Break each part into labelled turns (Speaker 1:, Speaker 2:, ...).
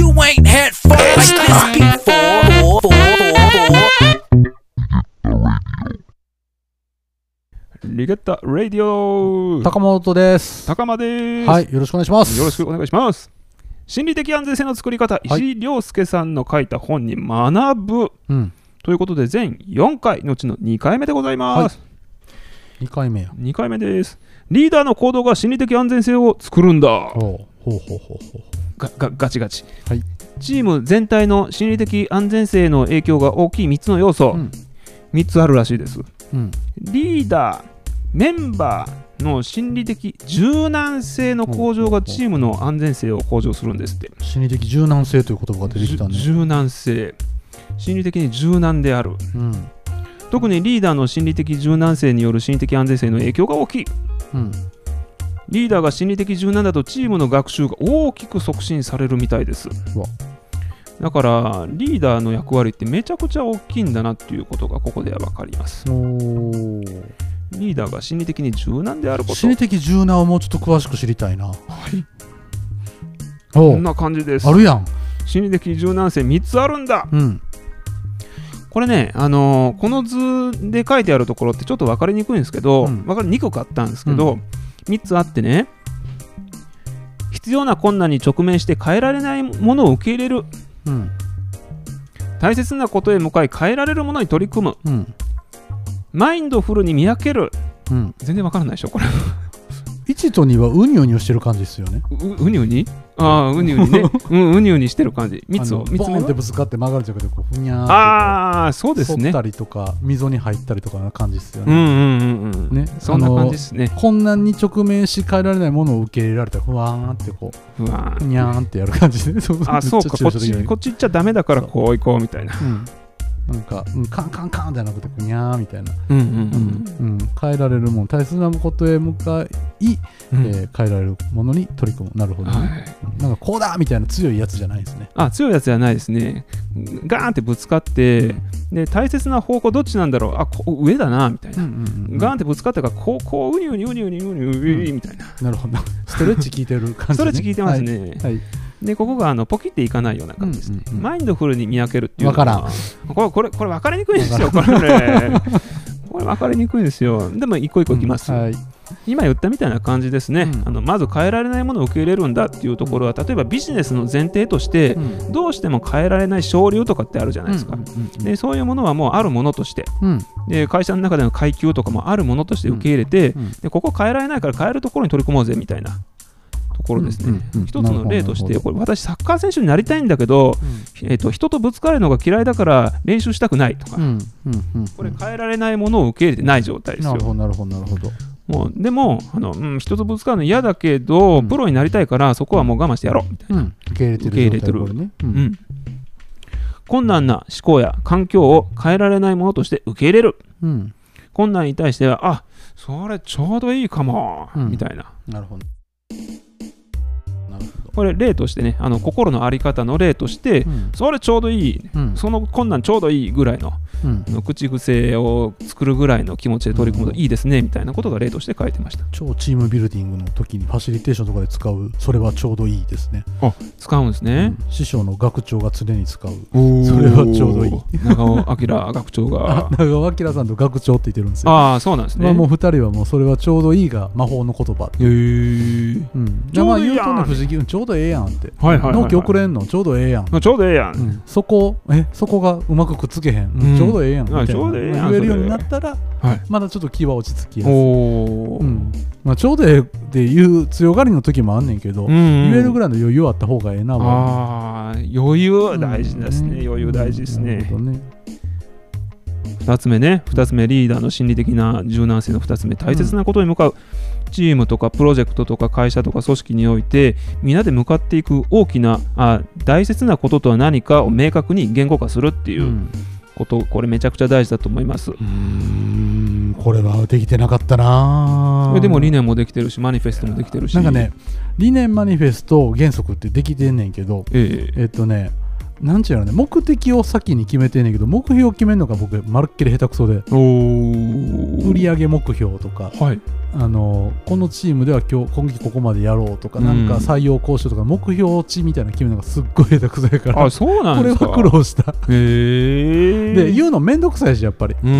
Speaker 1: ain't had fun like this before. before.
Speaker 2: リゲッタ・ラディオ
Speaker 3: 高本です。
Speaker 2: 高間です、
Speaker 3: はい、よろしくお願いします。
Speaker 2: よろしくお願いします。心理的安全性の作り方、石井亮介さんの書いた本に学ぶ
Speaker 3: うん、
Speaker 2: ということで、全4回のうちの2回目でございます。
Speaker 3: 二回目や。
Speaker 2: 2回目です。リーダーの行動が心理的安全性を作るんだ。
Speaker 3: ほうほうほうほうほ
Speaker 2: ががガチガチ、
Speaker 3: はい
Speaker 2: チーム全体の心理的安全性の影響が大きい3つの要素、
Speaker 3: うん
Speaker 2: 3つあるらしいです
Speaker 3: う。うん、
Speaker 2: リーダーメンバーの心理的柔軟性の向上がチームの安全性を向上するんですって
Speaker 3: 心理的柔軟性という言葉が出てきた
Speaker 2: じ
Speaker 3: ね。
Speaker 2: ゅ柔軟性心理的に柔軟である
Speaker 3: うん、
Speaker 2: 特にリーダーの心理的柔軟性による心理的安全性の影響が大きい
Speaker 3: うん、
Speaker 2: リーダーが心理的柔軟だとチームの学習が大きく促進されるみたいです
Speaker 3: わ
Speaker 2: だからリーダーの役割ってめちゃくちゃ大きいんだなっていうことがここでは分かります
Speaker 3: お
Speaker 2: リーダーが心理的に柔軟であること
Speaker 3: 心理的柔軟をもうちょっと詳しく知りたいな。はい。お
Speaker 2: こん
Speaker 3: う、
Speaker 2: な感じです
Speaker 3: あるやん。
Speaker 2: 心理的柔軟性3つあるんだ
Speaker 3: うん、
Speaker 2: これね、あのーこの図で書いてあるところってちょっと分かりにくいんですけど、
Speaker 3: うん
Speaker 2: 分かりにくかったんですけど、
Speaker 3: う
Speaker 2: 3つあってね必要な困難に直面して変えられないものを受け入れる
Speaker 3: うん、
Speaker 2: 大切なことへ向かい変えられるものに取り組む
Speaker 3: うん、
Speaker 2: マインドフルに見分ける
Speaker 3: うん。
Speaker 2: 全然分からないでしょこれ
Speaker 3: 一と二はうにうにをしてる感じですよね。
Speaker 2: ううにうにああうにうに ね、うん、うにうにしてる感じ蜜
Speaker 3: あ
Speaker 2: を
Speaker 3: の
Speaker 2: 見つ
Speaker 3: ボー
Speaker 2: め
Speaker 3: ンって
Speaker 2: る
Speaker 3: ぶつかって曲がるんじゃなくて、こうふにゃーってこう。
Speaker 2: ああそうです
Speaker 3: 反っ
Speaker 2: ね
Speaker 3: たりとか、溝に入ったりとかな感じですよ
Speaker 2: うんう
Speaker 3: ね。
Speaker 2: んうんうん、
Speaker 3: ね
Speaker 2: そんな感じですね
Speaker 3: 困難に直面し変えられないものを受け入れられたら、ふわーんってこう。
Speaker 2: うわー
Speaker 3: にゃーんってやる感じで、そう
Speaker 2: あそうかこっちこ
Speaker 3: こ
Speaker 2: っち行っちゃダメだからこう行こうみたいな
Speaker 3: うん、なんか、うん、カンカンカンじゃなくて、こうにゃーみたいな、
Speaker 2: うんうん
Speaker 3: うん、変えられるもの、大切なことへ向かい、
Speaker 2: うんうん
Speaker 3: えー変えられるものに取り組む、なるほどね、
Speaker 2: はい
Speaker 3: なんかこうだみたいな強いやつじゃないですね。
Speaker 2: あ強いやつじゃないですねガーンってぶつかって、で大切な方向どっちなんだろうあこ上だなみたいな、ガーンってぶつかったからこうこううにうにうにうにうにうにうにみたいな、
Speaker 3: なるほど、ストレッチ効いてる感じ、ね、
Speaker 2: ストレッチ効いてますね、
Speaker 3: はい。はい、
Speaker 2: でここがあのポキっていかないような感じですね、
Speaker 3: うんうんうん
Speaker 2: マインドフルに見分けるっていうの
Speaker 3: わからん
Speaker 2: これこれこれ分かりにくいんですよこれねこれ分かりにくいんですよでも一個一個いきます、
Speaker 3: はい、
Speaker 2: 今言ったみたいな感じですね、
Speaker 3: うん
Speaker 2: あのまず変えられないものを受け入れるんだっていうところは例えばビジネスの前提として
Speaker 3: うんうん
Speaker 2: どうしても変えられない昇流とかってあるじゃないですか、でそういうものはもうあるものとして
Speaker 3: うんうん
Speaker 2: で会社の中での階級とかもあるものとして受け入れて、
Speaker 3: うん
Speaker 2: でここ変えられないから変えるところに取り組もうぜみたいなところですね、
Speaker 3: うんうんうん
Speaker 2: 一つの例とし
Speaker 3: な
Speaker 2: て
Speaker 3: るほ
Speaker 2: これ私サッカー選手になりたいんだけど、えっと人とぶつかるのが嫌いだから練習したくないとか、
Speaker 3: うんうんうん、
Speaker 2: これ変えられないものを受け入れてない状態です
Speaker 3: な
Speaker 2: よ
Speaker 3: るほど、なるほど、なるほど。
Speaker 2: もうでもあの、うん、人とぶつかるの嫌だけど、
Speaker 3: うん
Speaker 2: プロになりたいからそこはもう我慢してやろうみたいな、
Speaker 3: うん、受け入れてる
Speaker 2: 受け入れてる
Speaker 3: 状態こね。う
Speaker 2: うん
Speaker 3: ん
Speaker 2: 困難な思考や環境を変えられないものとして受け入れる
Speaker 3: うん、
Speaker 2: 困難に対してはあそれちょうどいいかも、
Speaker 3: うん
Speaker 2: みたいな
Speaker 3: なるほど。なるほど。
Speaker 2: これ例としてねあの心の在り方の例として、
Speaker 3: うん
Speaker 2: それちょうどいい
Speaker 3: うん
Speaker 2: その困難ちょうどいいぐらいの
Speaker 3: うん
Speaker 2: あ、の口癖を作るぐらいの気持ちで取り組むといいですねみたいなことが例として書いてました
Speaker 3: 超チームビルディングの時にファシリテーションとかで使うそれはちょうどいいですね、
Speaker 2: 使うんです
Speaker 3: う
Speaker 2: ね
Speaker 3: ん、師匠の学長が常に使う
Speaker 2: そ
Speaker 3: それはちょう どいい
Speaker 2: 長尾明学長が
Speaker 3: あ長尾明さんと学長って言ってるんですよ
Speaker 2: ああそうなんです
Speaker 3: ま
Speaker 2: ね
Speaker 3: あ、もう2人はもうそれはちょうどいいが魔法の言葉、
Speaker 2: へー
Speaker 3: うん、
Speaker 2: ちょう
Speaker 3: まあ
Speaker 2: どいい
Speaker 3: 言う
Speaker 2: やん
Speaker 3: とね不思議うんちょうどええやんって、
Speaker 2: はいはいはいはい
Speaker 3: 納期遅れんのちょうどええやん、
Speaker 2: まあちょうどええやん、
Speaker 3: うんそこえそこがうまくくっつけへん、うん
Speaker 2: うん
Speaker 3: ちょうどええやんみたい
Speaker 2: あ
Speaker 3: な
Speaker 2: ちょうどええやん
Speaker 3: 言えるようになったら
Speaker 2: はい
Speaker 3: まだちょっと気は落ち着きやすい
Speaker 2: おお、
Speaker 3: うんまあ、ちょうどええっていう強がりの時もあんねんけど、言えるぐ
Speaker 2: らい
Speaker 3: らいの余裕あった方がええなは
Speaker 2: ああ余裕大事ですね、余裕大事ですね、2つ目ね2つ目リーダーの心理的な柔軟性の2つ目大切なことに向かう、チームとかプロジェクトとか会社とか組織においてみんなで向かっていく大きなあ大切なこととは何かを明確に言語化するっていうこと、これめちゃくちゃ大事だと思います
Speaker 3: うんこれはできてなかったな
Speaker 2: これでも理念もできてるしマニフェストもできてるし
Speaker 3: なんかね理念マニフェスト原則ってできてんねんけど
Speaker 2: ええ
Speaker 3: えっとねなんちゅうのね、目的を先に決めてんねんけど、目標を決めるのが僕、まるっきり下手くそで、
Speaker 2: おー
Speaker 3: 売上目標とか、
Speaker 2: はい
Speaker 3: あのこのチームでは今日今月ここまでやろうとか、
Speaker 2: うん
Speaker 3: なんか採用交渉とか目標値みたいなの決めるのがすっごい下手くそやから
Speaker 2: あそうなん
Speaker 3: こ
Speaker 2: で
Speaker 3: れ
Speaker 2: すか
Speaker 3: は苦労した
Speaker 2: へえ
Speaker 3: で言うのめんどくさいしやっぱり、
Speaker 2: うんうんう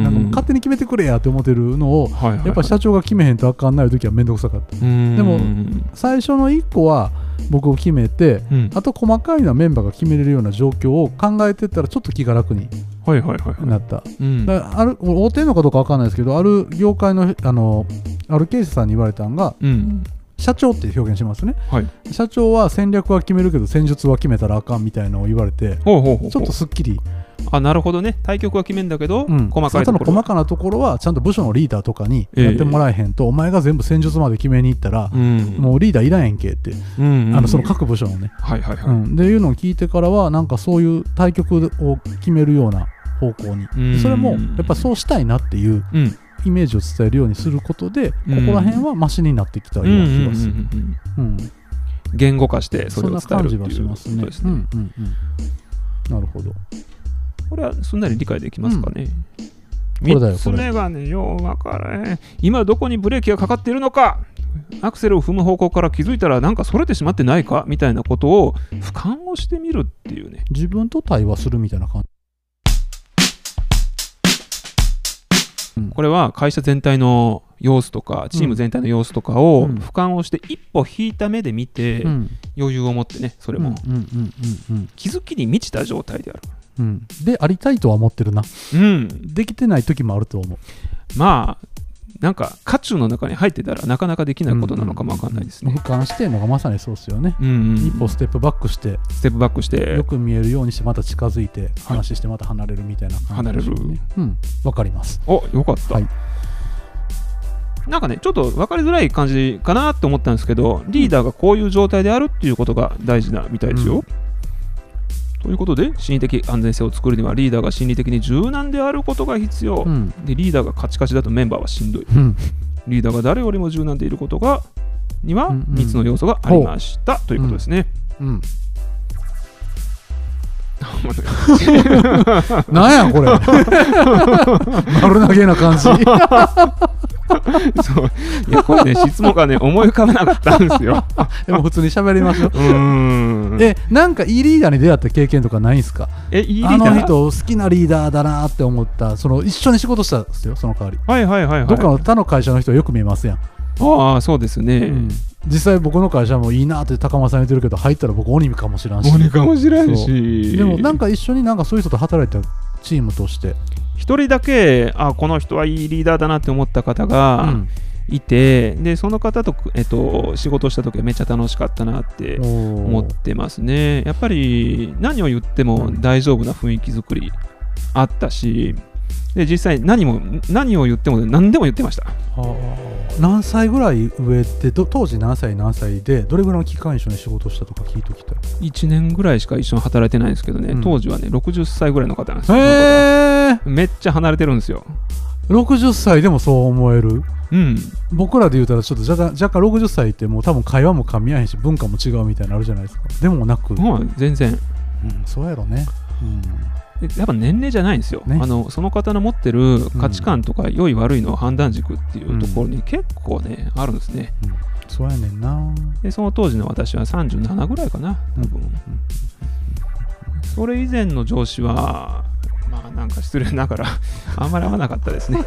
Speaker 2: ん
Speaker 3: なんかもう勝手に決めてくれやって思ってるのを
Speaker 2: はいはいはい
Speaker 3: やっぱ社長が決めへんとあかんない時はめんどくさかった
Speaker 2: うん
Speaker 3: でも最初の1個は僕を決めて
Speaker 2: うん
Speaker 3: あと細かいのはメンバーが決めれるような状況を考えてったらちょっと気が楽に
Speaker 2: はいはいはいはい
Speaker 3: なった
Speaker 2: うん
Speaker 3: だからある俺大手のかどうかわかんないですけどある業界のあのある経営者さんに言われたんが
Speaker 2: うん
Speaker 3: 社長って表現しますね、
Speaker 2: はい
Speaker 3: 社長は戦略は決めるけど戦術は決めたらあかんみたいなのを言われて
Speaker 2: ほうほうほう
Speaker 3: ちょっとすっきり、
Speaker 2: あなるほどね対局は決めんだけど、
Speaker 3: うん、
Speaker 2: 細かい
Speaker 3: そ
Speaker 2: と
Speaker 3: の
Speaker 2: ころ
Speaker 3: 細かなところはちゃんと部署のリーダーとかにやってもらえへんと、お前が全部戦術まで決めに行ったら、
Speaker 2: うん
Speaker 3: もうリーダーいらんやんけって、
Speaker 2: うんうん
Speaker 3: あのその各部署のね、
Speaker 2: はいはいは
Speaker 3: う
Speaker 2: い、
Speaker 3: ん、でいうのを聞いてからはなんかそういう対局を決めるような方向に、
Speaker 2: うん
Speaker 3: それもやっぱそうしたいなっていう
Speaker 2: うん
Speaker 3: イメージを伝えるようにすることで、
Speaker 2: うん
Speaker 3: ここら辺はマシになってきたよ
Speaker 2: う
Speaker 3: うん
Speaker 2: うん
Speaker 3: な
Speaker 2: うんう
Speaker 3: 気
Speaker 2: んう
Speaker 3: がする、
Speaker 2: ん
Speaker 3: うん
Speaker 2: 言語化してそ
Speaker 3: そ
Speaker 2: れ
Speaker 3: ん
Speaker 2: を
Speaker 3: な
Speaker 2: 伝え
Speaker 3: 感
Speaker 2: る
Speaker 3: じ
Speaker 2: っ
Speaker 3: は
Speaker 2: て
Speaker 3: し
Speaker 2: いう
Speaker 3: ま
Speaker 2: こ
Speaker 3: す
Speaker 2: と
Speaker 3: ね。
Speaker 2: です
Speaker 3: う
Speaker 2: ね、
Speaker 3: んうんうん、なるほど。
Speaker 2: これはすんなり理解できますかね、三
Speaker 3: これだよ
Speaker 2: つ目がねよう分からへん今どこにブレーキがかかっているのかアクセルを踏む方向から気づいたらなんかそれてしまってないかみたいなことを俯瞰をしてみるっていうね
Speaker 3: 自分と対話するみたいな感
Speaker 2: これは会社全体の様子とかチーム全体の様子とかを
Speaker 3: うん
Speaker 2: 俯瞰をして一歩引いた目で見て
Speaker 3: じ。ん、
Speaker 2: 余裕を持ってねそれ
Speaker 3: うん、うん、
Speaker 2: も
Speaker 3: うん、うん、
Speaker 2: 気づきに満ちた状態である
Speaker 3: うん。で、ありたいとは思ってるな。
Speaker 2: うん
Speaker 3: できてない時もあると思う。
Speaker 2: まあなんか渦中の中に入ってたらなかなかできないことなのかもわかんないですね
Speaker 3: 俯瞰してんのがまさにそうですよね。
Speaker 2: うんうん
Speaker 3: 一歩ステップバックして、
Speaker 2: ステップバックして
Speaker 3: よく見えるようにして、また近づいて、話して、また離れるみたいな感じでしょうね。うん、わかります。
Speaker 2: およかった、
Speaker 3: はい
Speaker 2: なんかねちょっと分かりづらい感じかなと思ったんですけどリーダーがこういう状態であるっていうことが大事なみたいですよ、
Speaker 3: う
Speaker 2: ということで心理的安全性を作るにはリーダーが心理的に柔軟であることが必要、
Speaker 3: うん、
Speaker 2: でリーダーがカチカチだとメンバーはしんどい
Speaker 3: うん、
Speaker 2: リーダーが誰よりも柔軟でいることがには
Speaker 3: うんうん
Speaker 2: 3つの要素がありました、ということですね、
Speaker 3: うん。 なんやこれ 丸投げな感 じ
Speaker 2: そういやこれね質問がね思い浮かばなかったんです よ
Speaker 3: でも普通に喋りましょう
Speaker 2: うーん
Speaker 3: えなんかいいリーダーに出会った経験とかないんすか
Speaker 2: えいいリーダー
Speaker 3: あの人好きなリーダーだなって思ったその一緒に仕事したんですよその代わり、
Speaker 2: はいはいはいはい
Speaker 3: どっかの他の会社の人はよく見えますやん、
Speaker 2: ああそうですね、
Speaker 3: うん実際僕の会社もいいなって高間さん言ってるけど入ったら僕鬼かもしらんし
Speaker 2: 鬼かもしれんし
Speaker 3: でもなんか一緒になんかそういう人と働いたチームとして、
Speaker 2: 一人だけあこの人はいいリーダーだなって思った方
Speaker 3: う
Speaker 2: が
Speaker 3: ん
Speaker 2: いて、でその方と、えっと、仕事した時はめっちゃ楽しかったなって思ってますねやっぱり何を言っても大丈夫な雰囲気作りあったしで実際何も何を言っても何でも言ってました
Speaker 3: はあ何歳ぐらい上ってど当時何歳何歳でどれぐらいの期間一緒に仕事したとか聞いときたい
Speaker 2: 1年ぐらいしか一緒に働いてないんですけどね、
Speaker 3: うん
Speaker 2: 当時はね60歳ぐらいの方なんですよ
Speaker 3: へえ
Speaker 2: めっちゃ離れてるんですよ
Speaker 3: 60歳でもそう思える
Speaker 2: うん
Speaker 3: 僕らで言うたらちょっと若干若干60歳ってもう多分会話も噛み合えへんし文化も違うみたいなのあるじゃないですかでもなく、うん
Speaker 2: もう全然
Speaker 3: そうやろね、うん
Speaker 2: でやっぱ年齢じゃないんですよ、
Speaker 3: ね
Speaker 2: あのその方の持ってる価値観とか、良い悪いの判断軸っていうところに結構ね、あるんですね
Speaker 3: そうやねんな
Speaker 2: でその当時の私は37ぐらいかな多分、それ以前の上司はまあなんか失礼ながら あんまり合わなかったです ね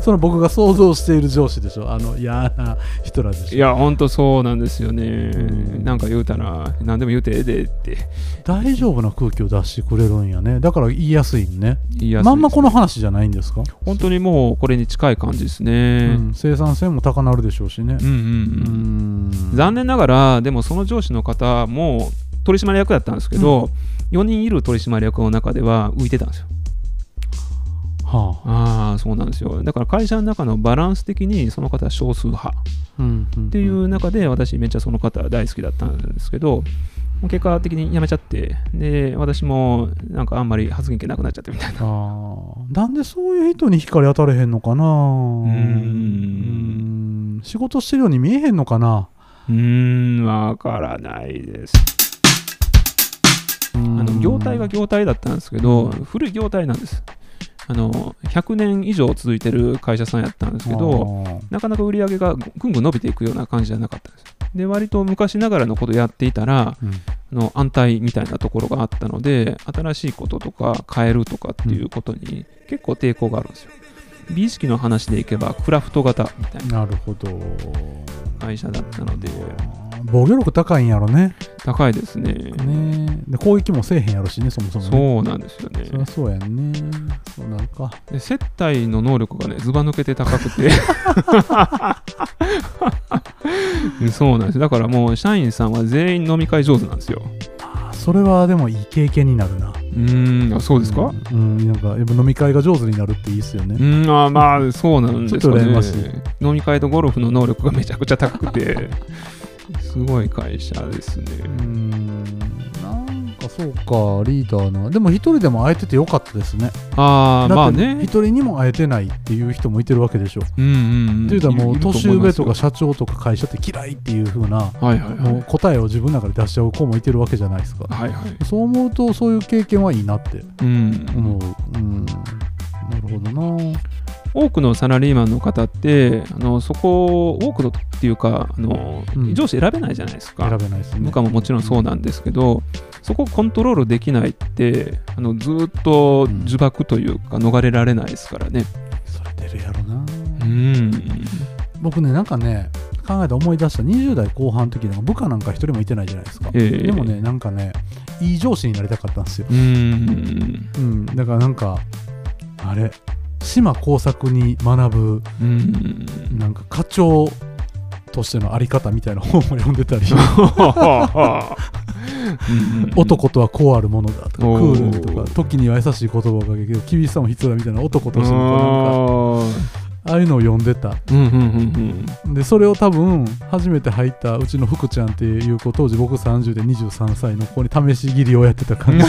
Speaker 3: その僕が想像している上司でしょあの嫌な人らで
Speaker 2: い
Speaker 3: しょ
Speaker 2: やほんとそうなんですよね、
Speaker 3: うん
Speaker 2: なんか言うたら何でも言うてええでって
Speaker 3: 大丈夫な空気を出してくれるんやねだから言いやすいんね
Speaker 2: 言いやすいです
Speaker 3: まんまこの話じゃないんですか、
Speaker 2: 本当にもうこれに近い感じですね、
Speaker 3: うん生産性も高なるでしょうしね
Speaker 2: うん、うんうん、残念ながらでもその上司の方も取締役だったんですけど、4人いる取締役の中では浮いてたんですよ
Speaker 3: はあ
Speaker 2: ああそうなんですよだから会社の中のバランス的にその方は少数派っ
Speaker 3: うんんん
Speaker 2: ていう中で私めっちゃその方大好きだったんですけどもう結果的に辞めちゃってで私もなんかあんまり発言権なくなっちゃってみたい な
Speaker 3: あーなんでそういう人に光当たれへんのかな
Speaker 2: うん
Speaker 3: うん仕事してるように見えへんのかな
Speaker 2: うーんわからないです
Speaker 3: うん
Speaker 2: 態は業態だったんですけど、古い業態なんですあの。100年以上続いてる会社さんやったんですけど、
Speaker 3: あー
Speaker 2: なかなか売り上げがぐんぐん伸びていくような感じじゃなかったです。で、割と昔ながらのことやっていたら、
Speaker 3: うん
Speaker 2: あの安泰みたいなところがあったので、新しいこととか変えるとかっていうことに結構抵抗があるんですよ。美意識の話でいけば、クラフト型みたいな
Speaker 3: なるほど
Speaker 2: 会社だったので、
Speaker 3: 防御力高いんやろね
Speaker 2: 高いですね。
Speaker 3: ねで攻撃もせえへんやろしねそもそもね
Speaker 2: そうなんですよね。
Speaker 3: そりゃそうやんねそうなんか
Speaker 2: で接待の能力がねずば抜けて高 くてそうなんですだからもう社員さんは全員飲み会上手なんですよ
Speaker 3: あそれはでもいい経験になるな
Speaker 2: うーんあそうですかう
Speaker 3: うん、うんなんかやっぱ飲み会が上手になるっていいっすよね、
Speaker 2: ーんあまあそうなんです
Speaker 3: ちょ
Speaker 2: か
Speaker 3: っと羨
Speaker 2: ね
Speaker 3: ましい
Speaker 2: 飲み会とゴルフの能力がめちゃくちゃ高く てすごい会社ですね
Speaker 3: うんなんかそうかリーダーなでも一人でも会えててよかったですね
Speaker 2: ああま
Speaker 3: だ
Speaker 2: あ
Speaker 3: って
Speaker 2: ね
Speaker 3: 一人にも会えてないっていう人もいてるわけでしょ
Speaker 2: うんうんん
Speaker 3: っていうとはもう
Speaker 2: いる思い
Speaker 3: 年上とか
Speaker 2: ます
Speaker 3: 社長とか会社って嫌いっていう風な
Speaker 2: よはいはいは
Speaker 3: もう
Speaker 2: い
Speaker 3: 答えを自分の中で出しちゃう子もいてるわけじゃないですか
Speaker 2: はいはい
Speaker 3: そう思うとそういう経験はいいなって
Speaker 2: うん
Speaker 3: 思ううんなるほどな
Speaker 2: 多くのサラリーマンの方ってあのそこを多くのっていうかあの、
Speaker 3: うん
Speaker 2: 上司選べないじゃないですか
Speaker 3: 選べないですね
Speaker 2: 部下ももちろんそうなんですけどそこをコントロールできないってあのずーっと呪縛というか逃れられないですからね
Speaker 3: それ出るやろな
Speaker 2: うん
Speaker 3: 僕ねなんかね考えて思い出した20代後半の時なんか部下なんか一人もいてないじゃないですか、
Speaker 2: ええ
Speaker 3: でもねなんかねいい上司になりたかったんですよ、
Speaker 2: うん
Speaker 3: うん、だからなんかあれ島工作に学ぶ
Speaker 2: うん
Speaker 3: なんか課長としてのあり方みたいな本を読ん でたり男とはこうあるものだとかク
Speaker 2: おー
Speaker 3: ールにとか時には優しい言葉をかけるけど厳しさも必要だみたいな男と
Speaker 2: と
Speaker 3: してのなんかああいうのを読んでた
Speaker 2: うんうんうん
Speaker 3: でそれを多分初めて入ったうちの福ちゃんっていう子当時僕30で23歳の子に試し切りをやってた
Speaker 2: う
Speaker 3: 感
Speaker 2: ん
Speaker 3: じ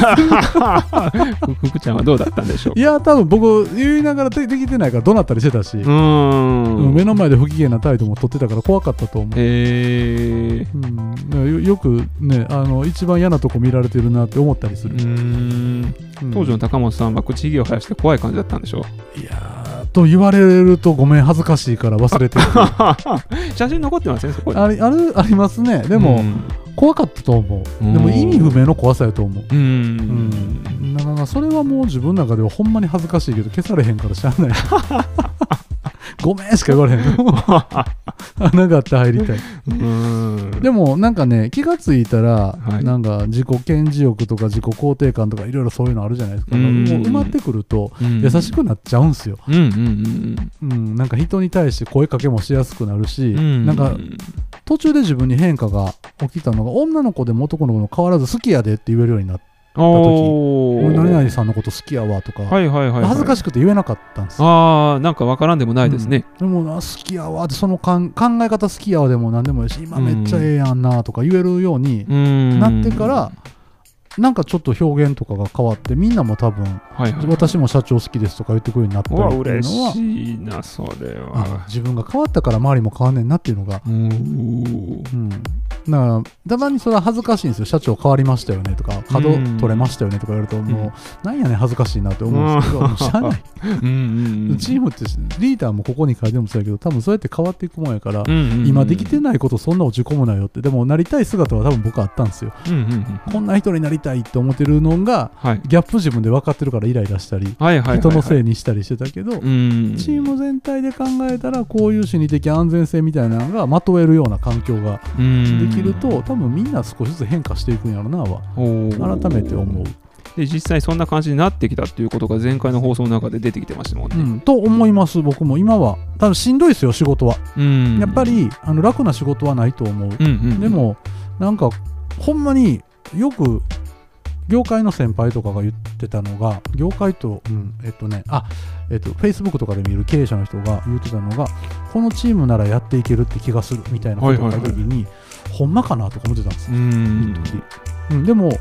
Speaker 2: ふくちゃんはどうだったんでしょう
Speaker 3: いや多分僕言いながらでできてないから怒鳴ったりしてたし、
Speaker 2: うーん
Speaker 3: 目の前で不機嫌な態度も取ってたから怖かったと思う、
Speaker 2: えー、
Speaker 3: うん、だからよよくねあの一番嫌なとこ見られてるなって思ったりす
Speaker 2: う
Speaker 3: る、
Speaker 2: ーん
Speaker 3: うん
Speaker 2: 当時の高本さんは口ひげを生やして怖い感じだったんでしょ
Speaker 3: いやーと言われるとごめん恥ずかしいから忘れ てる
Speaker 2: 写真残ってますねそこに
Speaker 3: あれあるありますねで
Speaker 2: う
Speaker 3: も
Speaker 2: ん
Speaker 3: 怖かったと思う
Speaker 2: うん
Speaker 3: でも意味不明の怖さやと思う
Speaker 2: う
Speaker 3: うんん、なかなかそれはもう自分の中ではほんまに恥ずかしいけど消されへんからしゃ あないごめんしか言われへん穴があって入り たい
Speaker 2: うん
Speaker 3: でもなんかね気がついたら、
Speaker 2: はい
Speaker 3: なんか自己顕示欲とか自己肯定感とかいろいろそういうのあるじゃないですか、
Speaker 2: うん
Speaker 3: もう埋まってくると
Speaker 2: うん
Speaker 3: 優しくなっちゃうんすよ、
Speaker 2: うんうん
Speaker 3: うん、なんか人に対して声かけもしやすくなるし、
Speaker 2: うんうん
Speaker 3: なんか途中で自分に変化が起きたのが女の子でも男の子も変わらず好きやでって言えるようになって
Speaker 2: おー
Speaker 3: 俺何々さんのこと好きやわとか、
Speaker 2: はいはいはい、はい、
Speaker 3: 恥ずか
Speaker 2: しい
Speaker 3: しくて言えなかったんですよ
Speaker 2: ああなんかわからんでもないですね、
Speaker 3: でもな好きやわってそのかん考え方好きやわでも何でもいいし今めっちゃええやんなとか言えるように
Speaker 2: うーん、
Speaker 3: なってから、なんかちょっと表現とかが変わってみんなも多分
Speaker 2: はいはい
Speaker 3: 私も社長好きですとか言ってくるようになった
Speaker 2: う
Speaker 3: り
Speaker 2: わ
Speaker 3: っていう
Speaker 2: 嬉
Speaker 3: のは
Speaker 2: しいなそれ
Speaker 3: あ
Speaker 2: は
Speaker 3: 自分が変わったから周りも変わんねんなっていうのが、
Speaker 2: うん
Speaker 3: うん、だからたまにそれは恥ずかしいんですよ社長変わりましたよねとか角
Speaker 2: うん
Speaker 3: 取れましたよねとか言われると
Speaker 2: う
Speaker 3: も
Speaker 2: ん
Speaker 3: うなんやねん恥ずかしいなって思うんですけ
Speaker 2: う
Speaker 3: ど
Speaker 2: ん
Speaker 3: もうしゃあない
Speaker 2: うんうんうん
Speaker 3: チームってリーダーもここに書いてもそうやけど多分そうやって変わっていくもんやから、
Speaker 2: うんうんうん
Speaker 3: 今できてないことそんな落ち込むなよってでもなりたい姿は多分僕あったんですよ
Speaker 2: うんうんうん
Speaker 3: こんな人になりたいって思ってるのが
Speaker 2: はい
Speaker 3: ギャップ自分で分かってるからイライラしたり
Speaker 2: はいはいはいはい
Speaker 3: 人のせいにしたりしてたけど、
Speaker 2: うん
Speaker 3: チーム全体で考えたらこういう心理的安全性みたいなのがまとえるような環境がで
Speaker 2: で
Speaker 3: きると、多分みんな少しずつ変化していくんやろなは改めて思う、
Speaker 2: で実際そんな感じになってきたっていうことが前回の放送の中で出てきてましたもん
Speaker 3: う
Speaker 2: ね、
Speaker 3: ん、と思います僕も今は多分しんどいですよ仕事は
Speaker 2: うん
Speaker 3: やっぱ、りあの楽な仕事はないと思う
Speaker 2: うんうんうん
Speaker 3: でもなんかほんまによく業界の先輩とかが言ってたのが業界と、うん、えっとねあえっと Facebook とかで見る経営者の人が言ってたのがこのチームならやっていけるって気がするみたいなことを言った時に、ほんまかなとか思ってたんです
Speaker 2: う
Speaker 3: よ、
Speaker 2: ん
Speaker 3: 一時うんでも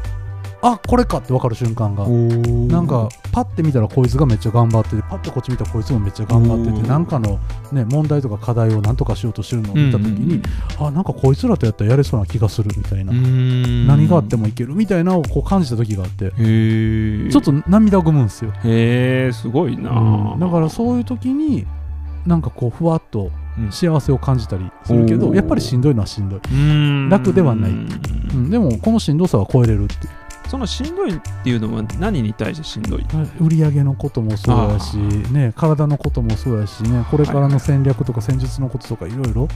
Speaker 3: あこれかって分かる瞬間が
Speaker 2: おー
Speaker 3: なんかパッて見たらこいつがめっちゃ頑張っててパッてこっち見たらこいつもめっちゃ頑張って
Speaker 2: おー
Speaker 3: てなんかの、ね、問題とか課題をなんとかしようとしてるのを見た時に、
Speaker 2: うん
Speaker 3: あなんかこいつらとやったらやれそうな気がするみたいな、
Speaker 2: うん
Speaker 3: 何があってもいけるみたいなのをこう感じた時があって
Speaker 2: へえ
Speaker 3: ちょっと涙ぐむんですよ、
Speaker 2: へえすごいな、
Speaker 3: うんだからそういう時になんかこうふわっと
Speaker 2: うん
Speaker 3: 幸せを感じたりするけ
Speaker 2: お
Speaker 3: ど
Speaker 2: ー
Speaker 3: やっぱりしんどいのはしんどい、
Speaker 2: うん
Speaker 3: 楽ではない
Speaker 2: うん
Speaker 3: うん、でもこのしんどさは超えれるっていう
Speaker 2: そのしんどいっていうのは何に対してしんどい
Speaker 3: 売り上げのこともそうやし、ね、体のこともそうやし、ね、これからの戦略とか戦術のこととかいろいろ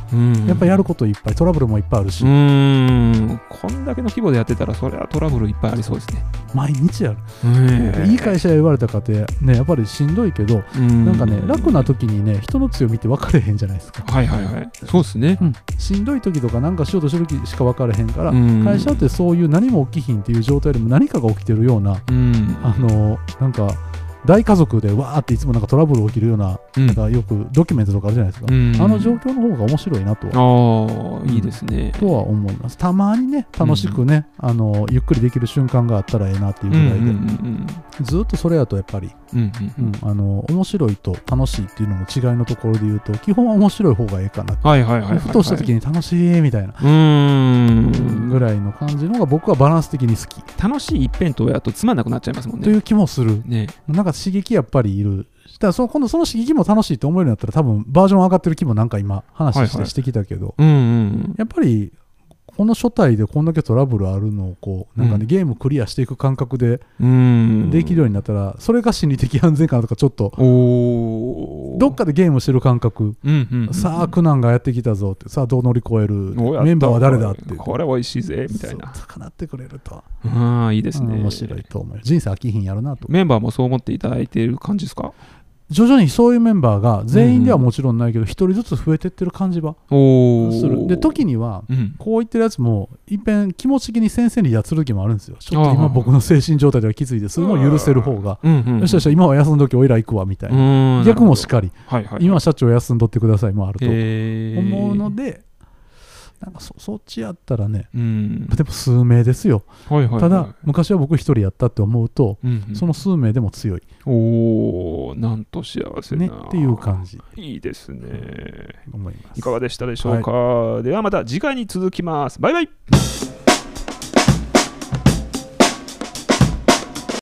Speaker 3: やっぱやることいっぱいトラブルもいっぱいあるし、
Speaker 2: うーんこんだけの規模でやってたらそれはトラブルいっぱいありそうですね。
Speaker 3: 毎日やる、
Speaker 2: ね
Speaker 3: いい会社や言われたかって、ね、やっぱりしんどいけど
Speaker 2: な
Speaker 3: なんかね楽な時にね人の強みって分かれへんじゃないですか、
Speaker 2: はいはいはいそうですね。
Speaker 3: うん、しんどい時とかなんかしようとしてる時しか分かれへんから、
Speaker 2: うん
Speaker 3: 会社ってそういう何も起きひんっていう状態でも何かが起きてるような
Speaker 2: うん
Speaker 3: あのなんか大家族でわーっていつもなんかトラブル起きるような
Speaker 2: うん
Speaker 3: なんかよくドキュメントとかあるじゃないですか、
Speaker 2: うん
Speaker 3: あの状況の方が面白いなとは
Speaker 2: ああいいですね。
Speaker 3: とは思いますたまにね楽しくね、あのゆっくりできる瞬間があったらええなっていううんぐ
Speaker 2: う
Speaker 3: らい
Speaker 2: ん
Speaker 3: で、
Speaker 2: うん
Speaker 3: ずっとそれやとやっぱり、
Speaker 2: うんうんう
Speaker 3: うんんあの面白いと楽しいっていうのも違いのところで言うと基本は面白い方がええかなって、
Speaker 2: はいはいはいはい。
Speaker 3: ふとした時に楽しいみたいな
Speaker 2: うーん
Speaker 3: ぐらいの感じの方が僕はバランス的に好き
Speaker 2: 楽しい一辺倒やとつまんなくなっちゃいますもん
Speaker 3: とい
Speaker 2: ね。
Speaker 3: う気もする
Speaker 2: ね
Speaker 3: なんか刺激やっぱりいる。ただその今度その刺激も楽しいと思えるんだったら多分バージョン上がってる気もなんか今話して,、
Speaker 2: はいはい
Speaker 3: してきたけど
Speaker 2: うんうん
Speaker 3: やっぱりこの初代でこんだけトラブルあるのをこうなんかね、
Speaker 2: うん
Speaker 3: ゲームクリアしていく感覚で
Speaker 2: うん
Speaker 3: できるようになったら、それが心理的安全感とかちょっと
Speaker 2: おー
Speaker 3: どっかでゲームしてる感覚、
Speaker 2: うんうんうん
Speaker 3: さあ苦難がやってきたぞってさあどう乗り越える
Speaker 2: おやった
Speaker 3: メンバーは誰だって
Speaker 2: これ美味しいぜみたいな
Speaker 3: そう高なってくれると
Speaker 2: ああいいですね
Speaker 3: うん面白いと思う人生飽きひんやろなと
Speaker 2: メンバーもそう思っていただいている感じですか
Speaker 3: 徐々にそういうメンバーが全員ではもちろんないけど一、人ずつ増えてってる感じは
Speaker 2: おお
Speaker 3: するで時には
Speaker 2: うん
Speaker 3: こう言ってるやつもいっぺん気持ち的に先生にやつる時もあるんですよちょっと
Speaker 2: あ
Speaker 3: 今
Speaker 2: あ
Speaker 3: 僕の精神状態ではきついですそれも許せる方が
Speaker 2: うんうん
Speaker 3: よしよし今は休んどきおいら行くわみたいうな
Speaker 2: ーん
Speaker 3: 逆もしっかり
Speaker 2: はいはい
Speaker 3: 今は社長休んどってくださいもあると
Speaker 2: えー
Speaker 3: 思うのでなんかそそっちやったらね
Speaker 2: うん
Speaker 3: でも数名ですよ
Speaker 2: はいはいはい
Speaker 3: ただ昔は僕一人やったって思うと
Speaker 2: うんうん
Speaker 3: その数名でも強い
Speaker 2: おおなんと幸せな
Speaker 3: ねっていう感じ
Speaker 2: いいですね
Speaker 3: 思います
Speaker 2: いかがでしたでしょうかではまた次回に続きますバイバイ